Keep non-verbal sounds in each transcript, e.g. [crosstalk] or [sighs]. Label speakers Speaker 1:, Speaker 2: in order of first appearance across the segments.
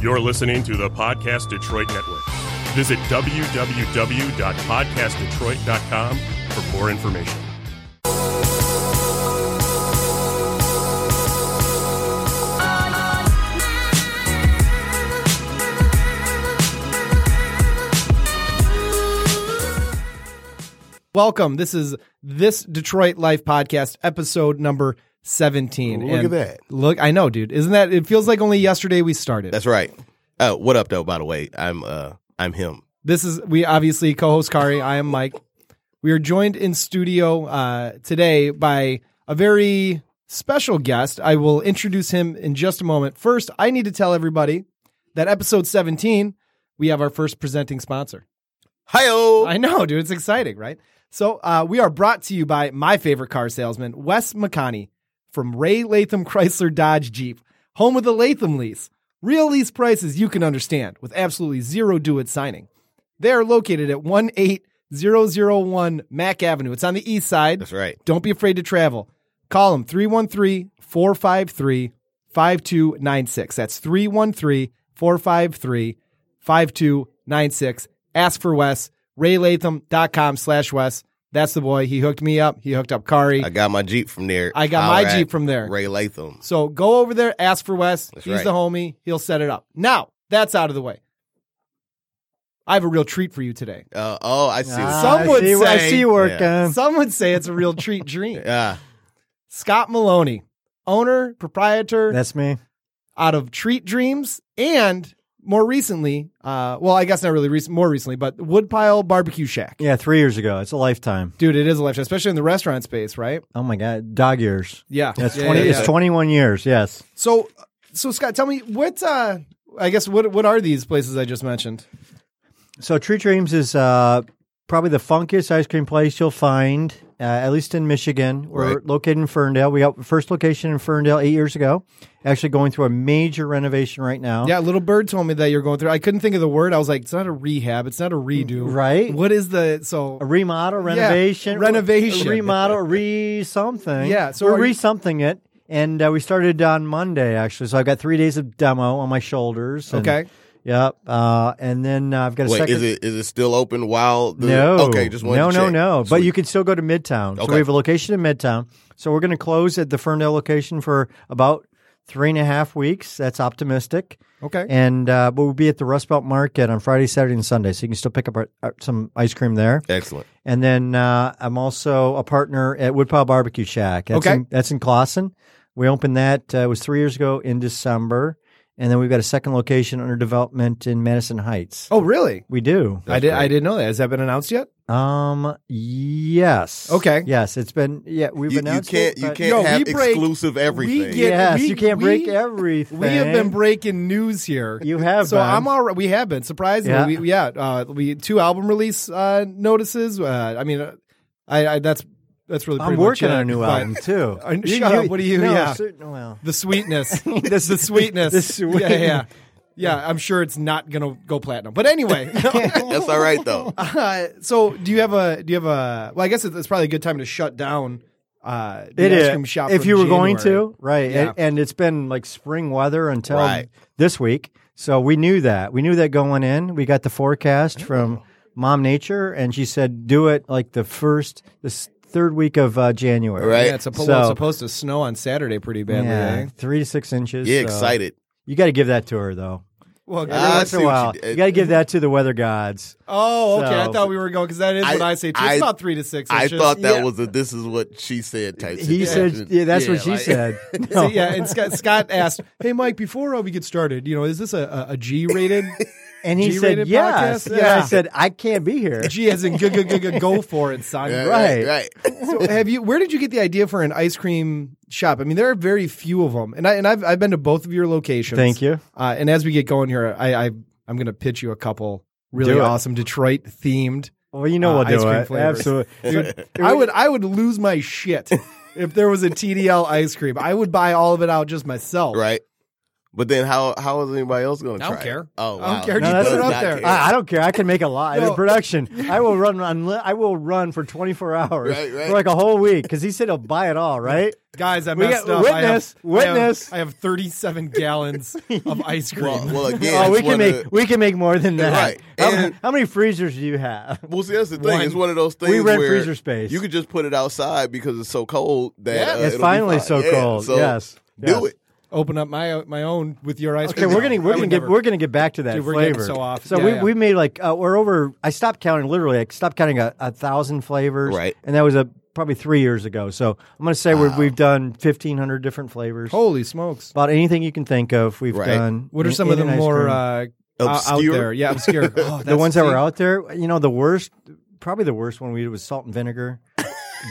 Speaker 1: You're listening to the Podcast Detroit Network. Visit www.podcastdetroit.com for more information.
Speaker 2: Welcome. This is this Detroit Life podcast, episode number seventeen.
Speaker 3: Look at
Speaker 2: And
Speaker 3: that.
Speaker 2: Look, I know, dude. Isn't that? It feels like only yesterday we started.
Speaker 3: That's right. Oh, what up though? By the way, I'm uh I'm him.
Speaker 2: this is we obviously co-host Kari. I am Mike. We are joined in studio uh, today by a very special guest. I will introduce him in just a moment. First, I need to tell everybody that episode seventeen we have our first presenting sponsor.
Speaker 3: Hi-oh.
Speaker 2: I know, dude. It's exciting, right? So uh, we are brought to you by my favorite car salesman, Wes McConney from Ray Latham Chrysler Dodge Jeep, home of the Latham lease. Real lease prices you can understand with absolutely zero due at signing. They are located at 18001 Mack Avenue. It's on the east side.
Speaker 3: That's right.
Speaker 2: Don't be afraid to travel. Call them 313 453 5296. That's 313 453 5296. Ask for Wes, raylatham.com slash Wes. That's the boy. He hooked me up. He hooked up Kari.
Speaker 3: I got my Jeep from there.
Speaker 2: I got my
Speaker 3: Holler at
Speaker 2: Jeep from there.
Speaker 3: Ray Latham.
Speaker 2: So go over there, ask for Wes.
Speaker 3: That's
Speaker 2: He's
Speaker 3: right.
Speaker 2: the homie. He'll set it up. Now, that's out of the way. I have a real treat for you today.
Speaker 3: Uh, oh, I see.
Speaker 2: Ah.
Speaker 3: Ah.
Speaker 2: Some would
Speaker 4: I see, I
Speaker 2: say-
Speaker 4: see you working.
Speaker 2: Some would say it's a real treat
Speaker 3: [laughs]
Speaker 2: dream. Scott Maloney, owner, proprietor,
Speaker 4: That's me.
Speaker 2: out of Treat Dreams and more recently, uh, well, I guess not really recent, more recently, but Woodpile Barbecue Shack.
Speaker 4: Yeah, three years ago. It's a lifetime.
Speaker 2: Dude, it is a lifetime, especially in the restaurant space, right?
Speaker 4: Oh my god, dog years.
Speaker 2: Yeah.
Speaker 4: That's
Speaker 2: Yeah,
Speaker 4: twenty.
Speaker 2: yeah, yeah.
Speaker 4: It's twenty-one years. Yes.
Speaker 2: So, so Scott, tell me what, uh, I guess, what, what are these places I just mentioned?
Speaker 4: So Tree Dreams is uh, probably the funkiest ice cream place you'll find, uh, at least in Michigan. We're
Speaker 3: Right.
Speaker 4: located in Ferndale. We got first location in Ferndale eight years ago. Actually, going through a major renovation right now.
Speaker 2: Yeah. Little bird told me that you're going through, I couldn't think of the word. I was like, it's not a rehab. It's not a redo.
Speaker 4: Right.
Speaker 2: What is the, so
Speaker 4: A remodel, renovation,
Speaker 2: renovation.
Speaker 4: a remodel, re something.
Speaker 2: Yeah, so
Speaker 4: we're
Speaker 2: are you-
Speaker 4: re something it, and uh, we started on Monday actually. So I've got three days of demo on my shoulders. and-
Speaker 2: Okay.
Speaker 4: Yep. Uh, and then uh, I've got a
Speaker 3: Wait,
Speaker 4: second.
Speaker 3: is it is it still open while the
Speaker 4: No.
Speaker 3: Okay, just one.
Speaker 4: No, no, no. But you can still go to Midtown. So
Speaker 3: Okay.
Speaker 4: we have a location in Midtown. So we're going to close at the Ferndale location for about three and a half weeks. That's optimistic.
Speaker 2: okay.
Speaker 4: And uh, but we'll be at the Rust Belt Market on Friday, Saturday, and Sunday. So you can still pick up our, our, some ice cream there.
Speaker 3: Excellent.
Speaker 4: And then uh, I'm also a partner at Woodpile Barbecue Shack. That's
Speaker 2: Okay.
Speaker 4: in, that's in Clawson. We opened that uh, it was three years ago in December, and then we've got a second location under development in Madison Heights.
Speaker 2: oh, really?
Speaker 4: We do.
Speaker 2: I did. I didn't know that. Has that been announced yet?
Speaker 4: Um. Yes.
Speaker 2: Okay.
Speaker 4: Yes, it's been. Yeah, we've
Speaker 3: You, you
Speaker 4: announced.
Speaker 3: can't
Speaker 4: it,
Speaker 3: you
Speaker 4: but-
Speaker 3: can't
Speaker 2: Yo,
Speaker 3: have
Speaker 2: we break-
Speaker 3: exclusive everything.
Speaker 2: get-
Speaker 4: yes,
Speaker 2: we-
Speaker 4: you can't
Speaker 2: we-
Speaker 4: break everything.
Speaker 2: We have been breaking news here.
Speaker 4: You have.
Speaker 2: So
Speaker 4: been.
Speaker 2: I'm all right. We have been surprisingly, yeah.
Speaker 4: Yeah.
Speaker 2: We, yeah uh, we two album release uh, notices. Uh, I mean, uh, I, I that's that's really.
Speaker 4: I'm
Speaker 2: pretty much
Speaker 4: working
Speaker 2: it,
Speaker 4: on a new
Speaker 2: but
Speaker 4: album too.
Speaker 2: Uh, shut up, what do you-
Speaker 4: No,
Speaker 2: yeah.
Speaker 4: so- well,
Speaker 2: The
Speaker 4: [laughs]
Speaker 2: sweetness,
Speaker 4: This-
Speaker 2: the sweetness,
Speaker 4: this sweet-
Speaker 2: Yeah, yeah, yeah, Yeah, I'm sure it's not gonna go platinum, but
Speaker 4: [laughs]
Speaker 2: anyway. [laughs]
Speaker 3: [laughs] That's all right though.
Speaker 2: uh, so do you have a do you have a? Well, I guess it's, it's probably a good time to shut down. Uh, the
Speaker 4: it
Speaker 2: ice
Speaker 4: is.
Speaker 2: cream shop
Speaker 4: if
Speaker 2: from
Speaker 4: you were going
Speaker 2: January.
Speaker 4: to, right?
Speaker 2: Yeah.
Speaker 4: And, and it's been like spring weather until
Speaker 3: Right.
Speaker 4: this week, so we knew that. We knew that going in. We got the forecast from Mom Nature, and she said, "Do it like the first, this third week of uh, January."
Speaker 3: Right.
Speaker 2: Yeah, it's, a, well,
Speaker 4: So-
Speaker 2: it's supposed to snow on Saturday pretty badly.
Speaker 4: Yeah,
Speaker 2: eh?
Speaker 4: three to six inches.
Speaker 3: Yeah,
Speaker 4: so-
Speaker 3: excited.
Speaker 4: You got to give that to her though.
Speaker 2: Well,
Speaker 3: Ah, I
Speaker 4: Once in
Speaker 3: see
Speaker 4: a
Speaker 3: what you
Speaker 4: while,
Speaker 3: did.
Speaker 4: you got to give that to the weather gods.
Speaker 2: Oh, okay. I
Speaker 4: So-
Speaker 2: thought we were going because that is
Speaker 3: I-
Speaker 2: what I say too. It's
Speaker 3: I-
Speaker 2: about three to six.
Speaker 3: I
Speaker 2: Inches.
Speaker 3: thought that
Speaker 2: Yeah.
Speaker 3: was a this is what she said type
Speaker 4: He
Speaker 3: situation.
Speaker 4: said, "Yeah, that's what
Speaker 3: Yeah,
Speaker 4: she
Speaker 2: [laughs]
Speaker 3: like-
Speaker 4: said."
Speaker 2: So,
Speaker 4: [laughs] No.
Speaker 2: yeah, and Scott, Scott asked, "Hey, Mike, before uh, we get started, you know, is this a, a, a
Speaker 3: [laughs]
Speaker 2: G-rated?
Speaker 4: and he
Speaker 2: G-rated
Speaker 4: said, "Yes."
Speaker 2: podcast?
Speaker 4: And
Speaker 2: Yeah.
Speaker 4: I said, "I can't be here."
Speaker 2: [laughs] G as in go, go, go, go, go for it, son."
Speaker 3: [laughs] Yeah,
Speaker 4: Right.
Speaker 3: Right. [laughs]
Speaker 2: So, have you? Where did you get the idea for an ice cream shop? I mean, there are very few of them, and I and I've I've been to both of your locations.
Speaker 4: Thank you.
Speaker 2: Uh, and as we get going here, I, I I'm going to pitch you a couple really
Speaker 4: it.
Speaker 2: awesome Detroit themed.
Speaker 4: Well, you know
Speaker 2: Uh,
Speaker 4: we'll
Speaker 2: ice
Speaker 4: do
Speaker 2: cream
Speaker 4: it.
Speaker 2: flavors.
Speaker 4: Absolutely.
Speaker 2: [laughs]
Speaker 3: [laughs]
Speaker 4: Dude,
Speaker 2: I would I would lose my shit if there was a TDL ice cream. I would buy all of it out just myself.
Speaker 3: Right. But then how how is anybody else going to
Speaker 5: I
Speaker 3: try?
Speaker 5: don't
Speaker 3: it?
Speaker 5: care.
Speaker 3: Oh,
Speaker 2: I don't
Speaker 3: wow.
Speaker 2: care.
Speaker 3: He
Speaker 2: Just
Speaker 3: does
Speaker 2: put it up
Speaker 3: not
Speaker 2: there.
Speaker 3: care.
Speaker 4: I, I don't care. I can make a lot
Speaker 2: No.
Speaker 3: [laughs]
Speaker 4: in production. I will run. unli- I will run for 24 hours
Speaker 3: Right, right.
Speaker 4: for like a whole week because he said he'll buy it all. Right?
Speaker 2: Guys, I
Speaker 4: We
Speaker 2: messed
Speaker 4: got
Speaker 2: up. I have-
Speaker 4: witness,
Speaker 2: I have,
Speaker 4: witness.
Speaker 2: I have, 37 gallons of ice cream.
Speaker 3: Well, [laughs] well, again,
Speaker 4: Oh, we
Speaker 3: it's
Speaker 4: can
Speaker 3: one
Speaker 4: make
Speaker 3: of the-
Speaker 4: we can make more than that.
Speaker 3: Right.
Speaker 4: How,
Speaker 3: And-
Speaker 4: how many freezers do
Speaker 3: [clears throat]
Speaker 4: you have?
Speaker 3: Well, see, that's the thing.
Speaker 2: One-
Speaker 3: it's one of those things.
Speaker 4: We rent
Speaker 3: where
Speaker 4: freezer space.
Speaker 3: You could just put it outside because it's so cold that
Speaker 2: Yeah.
Speaker 3: uh,
Speaker 4: It's
Speaker 3: it'll be
Speaker 4: finally
Speaker 3: fine.
Speaker 4: so
Speaker 3: Yeah,
Speaker 4: cold.
Speaker 3: So
Speaker 4: Yes.
Speaker 3: do
Speaker 4: Yes.
Speaker 3: it.
Speaker 2: Open up my my own with your ice
Speaker 4: Okay,
Speaker 2: cream.
Speaker 4: we're
Speaker 2: I
Speaker 4: gonna we're gonna
Speaker 2: would
Speaker 4: get
Speaker 2: never-
Speaker 4: we're gonna get back to that
Speaker 2: Dude, we're getting
Speaker 4: flavor.
Speaker 2: so off.
Speaker 4: So
Speaker 2: Yeah,
Speaker 4: we
Speaker 2: yeah.
Speaker 4: we made like uh, we're over. I stopped counting literally. I stopped counting a, a thousand flavors.
Speaker 3: Right.
Speaker 4: and that was a probably three years ago. So I'm gonna say we've we've done 1,500 different flavors.
Speaker 2: Holy smokes!
Speaker 4: About anything you can think of, we've
Speaker 3: Right.
Speaker 4: done.
Speaker 2: What are
Speaker 4: in-
Speaker 2: some
Speaker 4: in
Speaker 2: of the
Speaker 4: an ice
Speaker 2: more
Speaker 4: cream.
Speaker 2: uh, o- out
Speaker 3: Obscure?
Speaker 2: there? Yeah, obscure. Oh,
Speaker 4: the
Speaker 2: that's-
Speaker 4: ones that were
Speaker 2: see?
Speaker 4: out there? You know, the worst, probably the worst one we did was salt
Speaker 2: [laughs]
Speaker 4: and vinegar.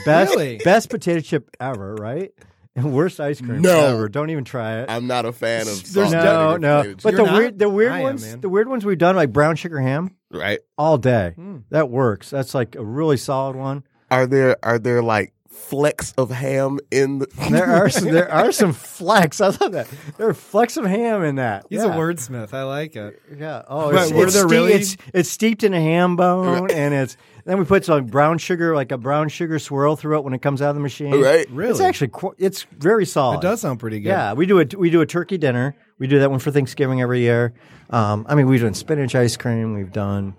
Speaker 4: Best
Speaker 2: Really?
Speaker 4: best potato chip ever, right? [laughs] And worst ice cream
Speaker 3: No.
Speaker 4: ever. Don't even try it.
Speaker 3: I'm not a fan of
Speaker 2: There's
Speaker 3: salt and
Speaker 4: no,
Speaker 3: vinegar
Speaker 4: no.
Speaker 3: potato
Speaker 4: But
Speaker 3: chips.
Speaker 4: the
Speaker 2: You're not?
Speaker 4: weird, the weird
Speaker 2: I am,
Speaker 4: ones,
Speaker 2: man.
Speaker 4: the weird ones we've done like brown sugar ham
Speaker 3: right?
Speaker 4: all day.
Speaker 2: Hmm.
Speaker 4: That works. That's like a really solid one.
Speaker 3: Are there are there like flecks of ham in the?
Speaker 4: [laughs]
Speaker 3: [laughs]
Speaker 4: There are some, there
Speaker 2: [laughs]
Speaker 4: are some flecks. I love that. There are flecks of ham in that.
Speaker 2: He's
Speaker 4: yeah.
Speaker 2: a wordsmith. I like it.
Speaker 4: Yeah. Oh,
Speaker 2: But
Speaker 4: it's,
Speaker 2: were
Speaker 4: it's,
Speaker 2: there
Speaker 4: ste-
Speaker 2: really-
Speaker 4: it's it's steeped in a ham bone, and it's then we put some brown sugar, like a brown sugar swirl through it when it comes out of the machine.
Speaker 3: Right.
Speaker 4: It's
Speaker 2: Really?
Speaker 4: actually qu- it's very solid.
Speaker 2: It does sound pretty good.
Speaker 4: Yeah, we do a we do a turkey dinner. We do that one for Thanksgiving every year. Um, I mean, we've done spinach ice cream. We've done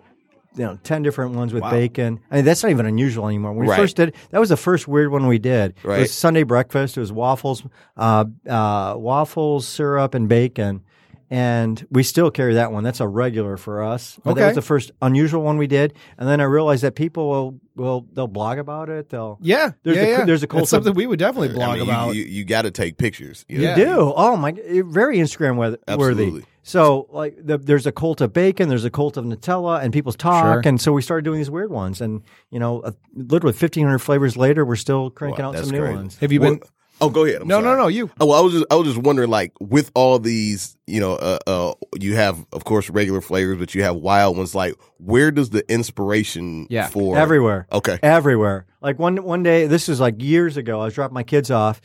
Speaker 4: you know ten different ones with bacon. I mean, that's not even unusual anymore. When we
Speaker 3: Right.
Speaker 4: first did that was the first weird one we did. It
Speaker 3: Right.
Speaker 4: was Sunday breakfast. It was waffles, uh, uh, waffles, syrup, and bacon. And we still carry that one. That's a regular for us. But
Speaker 2: Okay.
Speaker 4: That was the first unusual one we did. And then I realized that people will, will they'll blog about it. They'll
Speaker 2: Yeah,
Speaker 4: There's
Speaker 2: yeah,
Speaker 4: a-
Speaker 2: yeah.
Speaker 4: there's a cold
Speaker 2: It's something we would definitely
Speaker 3: I
Speaker 2: blog
Speaker 3: mean, you-
Speaker 2: about.
Speaker 3: You, you got to take pictures. you know?
Speaker 2: Yeah.
Speaker 4: You do. Oh my, it- very Instagram weth- worthy.
Speaker 3: Absolutely.
Speaker 4: So like, the, there's a cult of bacon, there's a cult of Nutella, and people talk,
Speaker 2: Sure.
Speaker 4: and so we started doing these weird ones, and you know, uh, literally 1,500 flavors later, we're still cranking
Speaker 3: Wow,
Speaker 4: out
Speaker 3: that's
Speaker 4: some new
Speaker 3: crazy.
Speaker 4: ones.
Speaker 2: Have you
Speaker 3: Well-
Speaker 2: been?
Speaker 3: Oh, go ahead. I'm
Speaker 2: No, no,
Speaker 3: sorry.
Speaker 2: no. You.
Speaker 4: [laughs]
Speaker 3: Oh, well, I was just, I was just wondering, like, with all these, you know, uh, uh, you have, of course, regular flavors, but you have wild ones. Like, where does the inspiration
Speaker 2: Yeah.
Speaker 3: for
Speaker 4: Everywhere.
Speaker 3: Okay,
Speaker 4: everywhere. Like one one day, this is like years ago. I was dropping my kids off,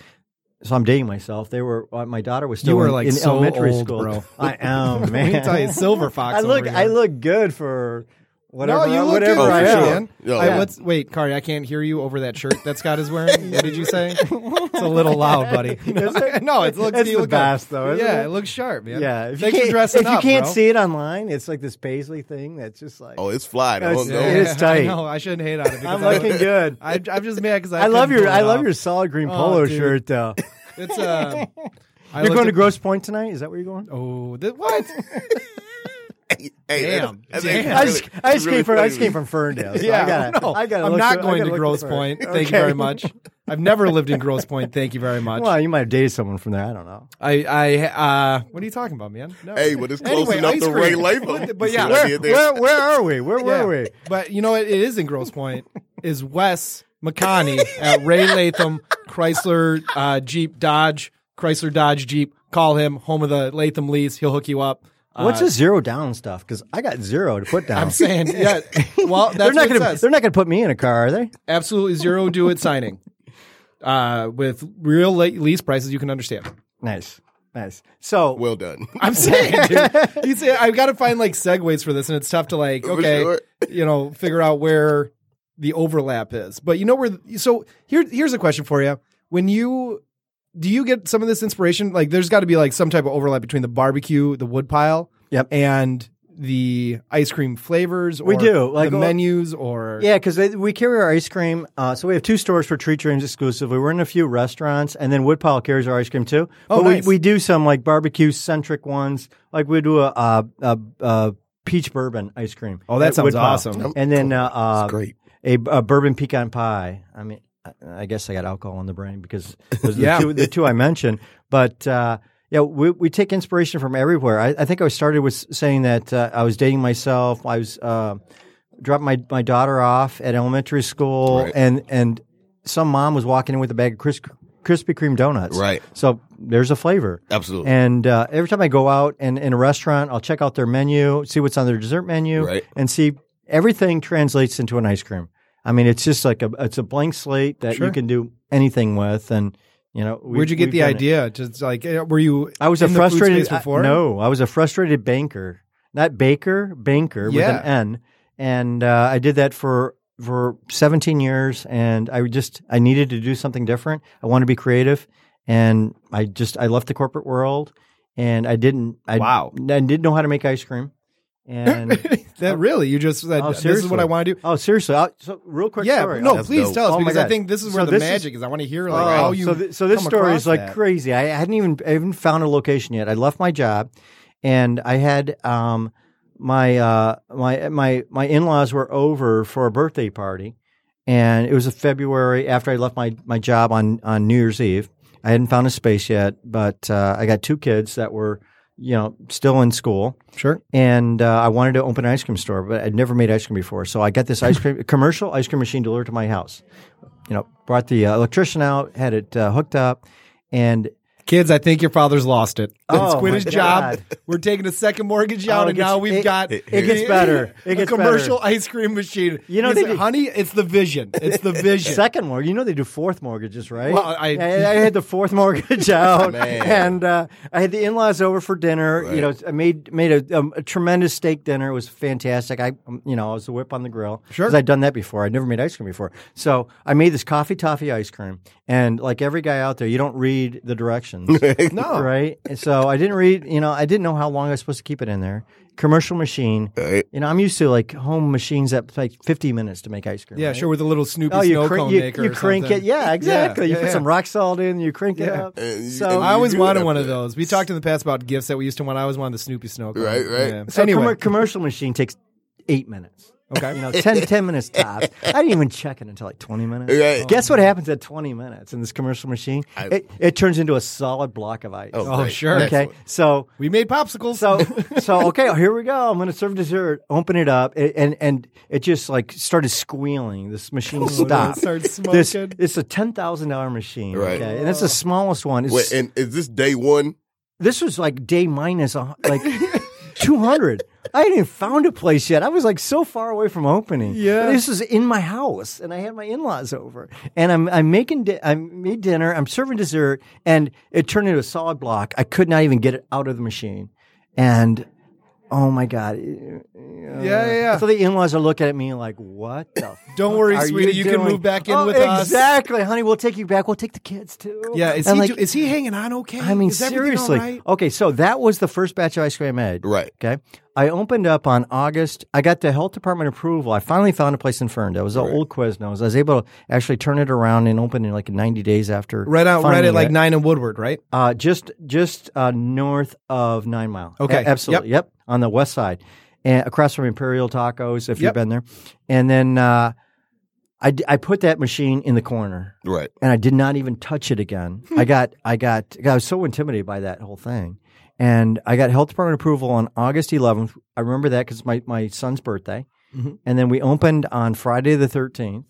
Speaker 4: so I'm dating myself. They were uh, my daughter was still
Speaker 2: You were,
Speaker 4: in,
Speaker 2: like,
Speaker 4: in
Speaker 2: so
Speaker 4: elementary
Speaker 2: old,
Speaker 4: school.
Speaker 2: bro.
Speaker 4: [laughs] I am Oh,
Speaker 2: [laughs] Let
Speaker 4: man.
Speaker 2: me tell you, Silver Fox
Speaker 4: I look
Speaker 2: over here.
Speaker 4: I look good for whatever.
Speaker 2: no, you look
Speaker 4: whatever
Speaker 2: good.
Speaker 4: I
Speaker 2: for
Speaker 4: am.
Speaker 2: sure.
Speaker 3: Yeah.
Speaker 2: I-
Speaker 3: Yeah.
Speaker 2: what's- wait, Kari, I can't hear you over that shirt that Scott is wearing. What did you
Speaker 4: [laughs]
Speaker 2: say? It's a little loud, buddy. [laughs] No,
Speaker 4: it?
Speaker 2: it looks
Speaker 4: It's
Speaker 2: you
Speaker 4: the
Speaker 2: look
Speaker 4: best,
Speaker 2: good.
Speaker 4: though, isn't
Speaker 2: yeah,
Speaker 4: it?
Speaker 2: it? looks sharp, man.
Speaker 4: Yeah, if you
Speaker 2: Thanks for
Speaker 4: can't-
Speaker 2: dressing
Speaker 4: if
Speaker 2: up.
Speaker 4: you can't
Speaker 2: bro.
Speaker 4: see it online, it's like this paisley thing that's just like
Speaker 3: oh, it's fly.
Speaker 4: No,
Speaker 3: No,
Speaker 4: it's-
Speaker 3: no.
Speaker 4: it is tight.
Speaker 2: I [laughs] know. I shouldn't hate on it. because [laughs]
Speaker 4: I'm
Speaker 2: I-
Speaker 4: looking good.
Speaker 2: I, I'm just mad because I,
Speaker 4: I love
Speaker 2: couldn't
Speaker 4: your
Speaker 2: pull it
Speaker 4: I love
Speaker 2: off.
Speaker 4: your solid green
Speaker 2: Oh,
Speaker 4: polo
Speaker 2: dude.
Speaker 4: shirt though.
Speaker 2: It's
Speaker 4: [laughs]
Speaker 2: uh, [laughs] I
Speaker 4: You're
Speaker 2: looked
Speaker 4: going to
Speaker 2: at-
Speaker 4: Gross Point tonight? Is that where you're going?
Speaker 2: Oh, th-
Speaker 4: [laughs]
Speaker 2: what?
Speaker 3: Hey, hey,
Speaker 2: Damn.
Speaker 3: that's- that's
Speaker 2: Damn.
Speaker 3: really-
Speaker 4: I just, I just
Speaker 3: really
Speaker 4: came from I just
Speaker 3: funny.
Speaker 4: came from Ferndale. so
Speaker 2: yeah,
Speaker 4: I gotta,
Speaker 2: no,
Speaker 4: I gotta
Speaker 2: am
Speaker 4: look
Speaker 2: not
Speaker 4: I
Speaker 2: going
Speaker 4: gotta
Speaker 2: to
Speaker 4: look
Speaker 2: Gross
Speaker 4: for it. [laughs]
Speaker 2: Point. Thank you
Speaker 4: Okay.
Speaker 2: very much. I've never lived in Gross Point. Thank you
Speaker 4: [laughs]
Speaker 2: very much.
Speaker 4: Well, you might have dated someone from there. I don't know.
Speaker 2: I, I, uh, what are you talking about, man? No.
Speaker 3: Hey, but it's close
Speaker 2: Anyway,
Speaker 3: enough
Speaker 2: ice
Speaker 3: to Ray
Speaker 2: cream.
Speaker 3: Latham.
Speaker 2: But
Speaker 3: You
Speaker 2: yeah,
Speaker 3: see what I did there?
Speaker 4: Where where are we? Where were
Speaker 2: Yeah.
Speaker 4: we?
Speaker 2: But you know what? It is in Gross Point. Is Wes McConney at Ray Latham Chrysler uh, Jeep Dodge Chrysler Dodge Jeep? Call him home of the Latham lease. He'll hook you up. Uh,
Speaker 4: What's this zero down stuff? Because I got zero to put down.
Speaker 2: I'm saying?
Speaker 4: [laughs]
Speaker 2: Yeah. Well, that's
Speaker 4: they're
Speaker 2: what it
Speaker 4: not gonna
Speaker 2: says.
Speaker 4: they're not gonna put me in a car, are they?
Speaker 2: Absolutely zero do it signing. Uh, with real le- lease prices, you can understand.
Speaker 4: Nice, nice. So
Speaker 2: [laughs]
Speaker 3: Well done.
Speaker 2: I'm saying,
Speaker 4: [laughs]
Speaker 2: dude. You say I've got to find like segues for this, and it's tough to like,
Speaker 3: For
Speaker 2: okay,
Speaker 3: sure.
Speaker 2: you know, figure out where the overlap is. But you know where. So here, here's a question for you: When you do you get some of this inspiration? Like, there's got to be like some type of overlap between the barbecue, the wood pile,
Speaker 4: Yep.
Speaker 2: and the ice cream flavors. Or
Speaker 4: We do, like,
Speaker 2: the
Speaker 4: well-
Speaker 2: menus or
Speaker 4: Yeah, because we carry our ice cream. Uh, so we have two stores for Treat Dreams exclusively. We're in a few restaurants, and then Woodpile carries our ice cream too.
Speaker 2: Oh,
Speaker 4: but
Speaker 2: nice.
Speaker 4: we, we do some like barbecue centric ones. Like we do a, uh a, a peach bourbon ice cream.
Speaker 2: Oh, that
Speaker 4: at
Speaker 2: sounds
Speaker 4: Woodpile.
Speaker 2: awesome.
Speaker 4: And then uh, uh,
Speaker 3: Great.
Speaker 4: a, a bourbon pecan pie. I mean, I, I guess I got alcohol in the brain because
Speaker 3: [laughs]
Speaker 4: those are
Speaker 2: Yeah.
Speaker 4: the, two, the two I mentioned. But uh, yeah, we, we take inspiration from everywhere. I, I think I started with s- saying that uh, I was dating myself. I was uh, dropped my, my daughter off at elementary school,
Speaker 3: Right.
Speaker 4: and and some mom was walking in with a bag of crisp, Krispy Kreme donuts.
Speaker 3: Right.
Speaker 4: So there's a flavor.
Speaker 3: Absolutely.
Speaker 4: And uh, every time I go out and in a restaurant, I'll check out their menu, see what's on their dessert menu,
Speaker 3: Right.
Speaker 4: and see everything translates into an ice cream. I mean, it's just like a it's a blank slate that
Speaker 2: Sure.
Speaker 4: you can do anything with, and You know, we-
Speaker 2: Where'd you get
Speaker 4: we've
Speaker 2: the
Speaker 4: done it.
Speaker 2: idea? Just like eh, were you?
Speaker 4: I was
Speaker 2: in
Speaker 4: a
Speaker 2: the food space
Speaker 4: frustrated I-
Speaker 2: before.
Speaker 4: no, I was a frustrated banker, not baker, banker
Speaker 2: Yeah.
Speaker 4: with an N, and uh, I did that for for 17 years, and I just I needed to do something different. I wanted to be creative, and I just I left the corporate world, and I didn't I
Speaker 2: Wow.
Speaker 4: I didn't know how to make ice cream, and
Speaker 2: [laughs] that really you just said
Speaker 4: Oh,
Speaker 2: this is what
Speaker 4: seriously.
Speaker 2: I want to do.
Speaker 4: oh seriously, I, so real quick
Speaker 2: yeah,
Speaker 4: story.
Speaker 2: no,
Speaker 3: That's
Speaker 2: please
Speaker 3: dope.
Speaker 2: tell us
Speaker 4: Oh my
Speaker 2: because I
Speaker 4: God.
Speaker 2: think this is
Speaker 4: So
Speaker 2: where the
Speaker 4: this is-
Speaker 2: magic is. I want to hear like
Speaker 4: Oh,
Speaker 2: how you.
Speaker 4: so, thi- so this
Speaker 2: come
Speaker 4: story
Speaker 2: across
Speaker 4: is like
Speaker 2: that.
Speaker 4: crazy. I hadn't even I haven't found a location yet. I left my job, and I had um, my uh, my my my in laws were over for a birthday party, and it was a February after I left my my job on on New Year's Eve. I hadn't found a space yet, but uh, I got two kids that were you know still in school,
Speaker 2: Sure.
Speaker 4: and uh, I wanted to open an ice cream store, but I'd never made ice cream before. So I got this ice cream [laughs] commercial ice cream machine delivered to my house. You know, brought the uh, electrician out, had it uh, hooked up, and
Speaker 2: Kids, I think your father's lost it.
Speaker 4: Oh,
Speaker 2: He's quit
Speaker 4: my
Speaker 2: his job.
Speaker 4: God.
Speaker 2: We're taking a second mortgage out,
Speaker 4: Oh, it
Speaker 2: and
Speaker 4: gets-
Speaker 2: now we've
Speaker 4: it-
Speaker 2: got
Speaker 4: it gets better. It gets
Speaker 2: [laughs] a
Speaker 4: better.
Speaker 2: commercial ice cream machine.
Speaker 4: You know,
Speaker 2: He's
Speaker 4: they
Speaker 2: like,
Speaker 4: do-
Speaker 2: honey, it's the
Speaker 4: [laughs]
Speaker 2: vision. It's the vision.
Speaker 4: second mortgage. You know they do fourth mortgages, right?
Speaker 2: Well, I-
Speaker 4: I had the
Speaker 2: [laughs]
Speaker 4: fourth mortgage out,
Speaker 3: Man.
Speaker 4: and uh, I had the in laws over for dinner. You know, I made made a, um, a tremendous steak dinner. It was fantastic. I, um, you know, I was the whip on the grill.
Speaker 2: Sure.
Speaker 4: 'Cause I'd done that before. I'd never made ice cream before, so I made this coffee toffee ice cream. And like every guy out there, you don't read the
Speaker 2: [laughs]
Speaker 4: directions.
Speaker 2: No.
Speaker 4: [laughs] Right. And so I didn't read, you know, I didn't know how long I was supposed to keep it in there. Commercial machine. You know, I'm used to like home machines that take 50 minutes to make ice cream.
Speaker 2: Yeah,
Speaker 4: right?
Speaker 2: sure. With a little Snoopy
Speaker 4: Oh, you,
Speaker 2: snow
Speaker 4: crank
Speaker 2: cone
Speaker 4: you,
Speaker 2: maker.
Speaker 4: you
Speaker 2: or
Speaker 4: crank
Speaker 2: something.
Speaker 4: it. Yeah, exactly.
Speaker 2: Yeah,
Speaker 4: you put
Speaker 2: yeah.
Speaker 4: some rock salt in, you crank it
Speaker 2: Yeah.
Speaker 4: up.
Speaker 3: And you-
Speaker 4: So,
Speaker 3: and
Speaker 2: I always
Speaker 3: You do
Speaker 2: wanted
Speaker 3: have
Speaker 2: one of
Speaker 3: to-
Speaker 2: those. We talked in the past about gifts that we used to want. I always wanted the Snoopy snow cone.
Speaker 3: Right, right.
Speaker 2: Yeah.
Speaker 4: so
Speaker 2: anyway,
Speaker 4: commer- commercial machine takes eight minutes.
Speaker 2: Okay.
Speaker 4: You know, 10, 10 minutes tops. I didn't even check it until like 20 minutes.
Speaker 3: Right.
Speaker 4: Guess what happens at 20 minutes in this commercial machine? it, it turns into a solid block of ice.
Speaker 2: Oh,
Speaker 3: great.
Speaker 2: sure.
Speaker 4: okay.
Speaker 3: Excellent.
Speaker 4: So
Speaker 2: we made popsicles.
Speaker 4: [laughs] So so okay, here we go. I'm going to serve dessert. Open it up, a- and and it just like started squealing. This machine stopped.
Speaker 2: started
Speaker 4: This
Speaker 2: smoking.
Speaker 4: it's a ten thousand dollar machine,
Speaker 3: Right.
Speaker 4: okay, and it's the smallest one. It's-
Speaker 3: Wait, and is this day one?
Speaker 4: this was like day minus a hun- like [laughs] two hundred. I hadn't even found a place yet. I was like so far away from opening.
Speaker 2: Yeah.
Speaker 4: this is in my house, and I had my in laws over, and I'm I'm making di- I made dinner. I'm serving dessert, and it turned into a solid block. I could not even get it out of the machine, and. Oh my
Speaker 2: [laughs]
Speaker 4: God!
Speaker 2: yeah, yeah, yeah.
Speaker 4: So the in-laws are looking at me like, "What the?
Speaker 2: [laughs] Don't worry,
Speaker 4: fuck are
Speaker 2: sweetie. You, can
Speaker 4: doing?"
Speaker 2: move back in
Speaker 4: Oh,
Speaker 2: with us.
Speaker 4: Exactly, honey. We'll take you back. We'll take the kids too.
Speaker 2: Yeah. Is
Speaker 4: And
Speaker 2: he,
Speaker 4: like,
Speaker 2: do- is he hanging on okay?
Speaker 4: I mean,
Speaker 2: Is everything all
Speaker 4: seriously.
Speaker 2: right?
Speaker 4: Okay, so that was the first batch of ice cream I made.
Speaker 3: Right.
Speaker 4: Okay. I opened up on August. I got the health department approval. I finally found a place in Ferndale. It was an old Quiznos. I was able to actually turn it around and open it like 90 days after.
Speaker 2: Right out, right
Speaker 4: finding
Speaker 2: at like
Speaker 4: it.
Speaker 2: nine and Woodward, right?
Speaker 4: Uh, just just uh, north of Nine Mile.
Speaker 2: Okay.
Speaker 4: A- absolutely. Yep. On the west side, and across from Imperial Tacos, if
Speaker 2: Yep.
Speaker 4: you've been there. And then uh, I d- I put that machine in the corner,
Speaker 3: Right.
Speaker 4: and I did not even touch it again.
Speaker 2: Hmm.
Speaker 4: I got I got I was so intimidated by that whole thing, and I got health department approval on August 11th. I remember that because my my son's birthday,
Speaker 2: Mhm.
Speaker 4: and then we opened on Friday the 13th.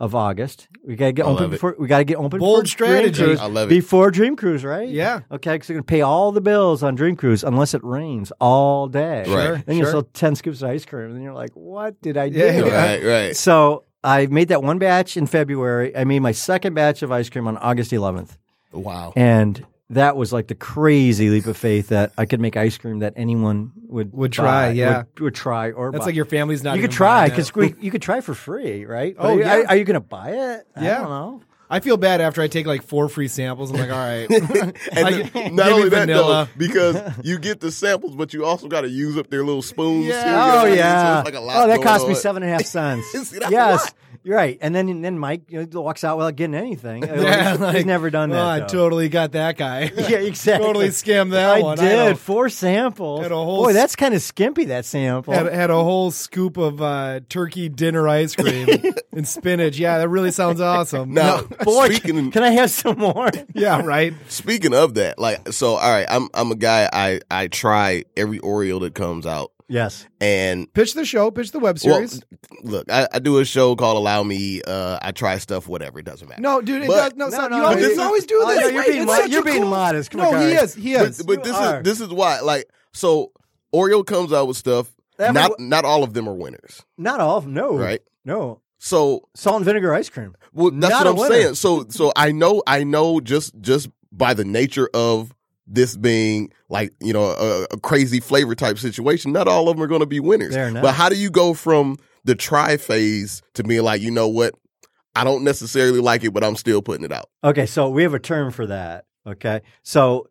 Speaker 4: Of August, we gotta get
Speaker 3: I
Speaker 4: open
Speaker 3: love it.
Speaker 4: before we gotta get open.
Speaker 2: Bold
Speaker 4: for Dream
Speaker 2: strategy.
Speaker 4: Cruise
Speaker 3: I love it.
Speaker 4: before Dream Cruise, right?
Speaker 2: Yeah.
Speaker 4: Okay, because you're going to pay all the bills on Dream Cruise unless it rains all day.
Speaker 3: Right. Sure,
Speaker 4: Then you
Speaker 2: sure.
Speaker 4: sell 10 scoops of ice cream, and then you're like, what did I do?
Speaker 2: Yeah.
Speaker 3: Right.
Speaker 2: Eh.
Speaker 3: Right.
Speaker 4: So I made that one batch in February. I made my second batch of ice cream on August 11th.
Speaker 3: Wow.
Speaker 4: And that was like the crazy leap of faith that I could make ice cream that anyone would
Speaker 2: Would try,
Speaker 4: buy,
Speaker 2: yeah.
Speaker 4: would, would try or
Speaker 2: That's
Speaker 4: buy.
Speaker 2: like your family's not.
Speaker 4: you could
Speaker 2: even
Speaker 4: try
Speaker 2: buying that.
Speaker 4: because you could try for free, right?
Speaker 2: Oh,
Speaker 4: But
Speaker 2: yeah.
Speaker 4: Are, are you going to buy it? I
Speaker 2: Yeah.
Speaker 4: don't know.
Speaker 2: I feel bad after I take like four free samples. I'm like, all right.
Speaker 4: [laughs]
Speaker 3: And
Speaker 2: Like, [laughs]
Speaker 3: then-
Speaker 2: give
Speaker 3: not
Speaker 2: me
Speaker 3: only that
Speaker 2: vanilla.
Speaker 3: though, because
Speaker 2: [laughs]
Speaker 3: you get the samples, but you also got to use up their little spoons.
Speaker 2: Yeah.
Speaker 3: too, you know
Speaker 4: Oh
Speaker 3: what I mean? So
Speaker 4: yeah.
Speaker 3: it's like a lot
Speaker 4: oh, that
Speaker 3: going
Speaker 4: cost me
Speaker 3: on. [laughs]
Speaker 4: seven and a half cents.
Speaker 3: See, that's
Speaker 4: yes,
Speaker 3: a lot.
Speaker 4: you're right. And then and then Mike you know, walks out without
Speaker 2: [laughs]
Speaker 4: getting anything.
Speaker 2: Yeah,
Speaker 4: he's,
Speaker 2: like,
Speaker 4: he's never done that.
Speaker 2: Oh, I
Speaker 4: though.
Speaker 2: totally got that guy.
Speaker 4: [laughs] Yeah, exactly.
Speaker 2: Totally scammed that
Speaker 4: I
Speaker 2: one. I
Speaker 4: did
Speaker 2: don't-
Speaker 4: four samples.
Speaker 2: Had a whole
Speaker 4: Boy,
Speaker 2: s-
Speaker 4: that's kind of skimpy. That sample.
Speaker 2: Had, had a whole scoop of uh, turkey dinner ice
Speaker 4: [laughs]
Speaker 2: cream and spinach. Yeah, that really sounds awesome. [laughs]
Speaker 3: Now,
Speaker 4: [laughs] Boy,
Speaker 3: speaking
Speaker 4: can I have some [laughs] more?
Speaker 2: yeah, right.
Speaker 3: speaking of that, like, so all right, I'm I'm a guy. I I try every Oreo that comes out,
Speaker 4: yes.
Speaker 3: and
Speaker 2: Pitch the show. Pitch the web series.
Speaker 3: Well, look, I, I do a show called Allow Me. Uh, I try stuff, whatever. It doesn't matter.
Speaker 2: no, dude, it
Speaker 3: But-
Speaker 2: does, no,
Speaker 4: No,
Speaker 2: son,
Speaker 4: no,
Speaker 2: you
Speaker 4: no,
Speaker 2: always,
Speaker 3: but-
Speaker 2: you always do
Speaker 4: Oh,
Speaker 2: this.
Speaker 4: no, you're
Speaker 2: Wait,
Speaker 4: being
Speaker 2: it's
Speaker 4: mo-
Speaker 2: such a
Speaker 4: you're being
Speaker 2: cool-
Speaker 4: modest. Come
Speaker 2: no,
Speaker 4: on,
Speaker 2: he
Speaker 4: Gary.
Speaker 2: is. He
Speaker 3: but,
Speaker 2: is.
Speaker 3: but
Speaker 4: you
Speaker 3: this
Speaker 4: are.
Speaker 3: is this is why. Like, so Oreo comes out with stuff.
Speaker 4: Every-
Speaker 3: not not all of them are winners,
Speaker 4: Not all. No.
Speaker 3: right?
Speaker 4: No.
Speaker 3: So
Speaker 4: Salt and vinegar ice cream.
Speaker 3: Well, that's
Speaker 4: Not
Speaker 3: what
Speaker 4: a
Speaker 3: I'm
Speaker 4: winner.
Speaker 3: saying. So, so I know, I know, just just by the nature of this being like you know a, a crazy flavor type situation, not all of them are going to be winners.
Speaker 4: They're not.
Speaker 3: But how do you go from the try phase to being like, you know what, I don't necessarily like it, but I'm still putting it out.
Speaker 4: Okay, so we have a term for that. Okay, so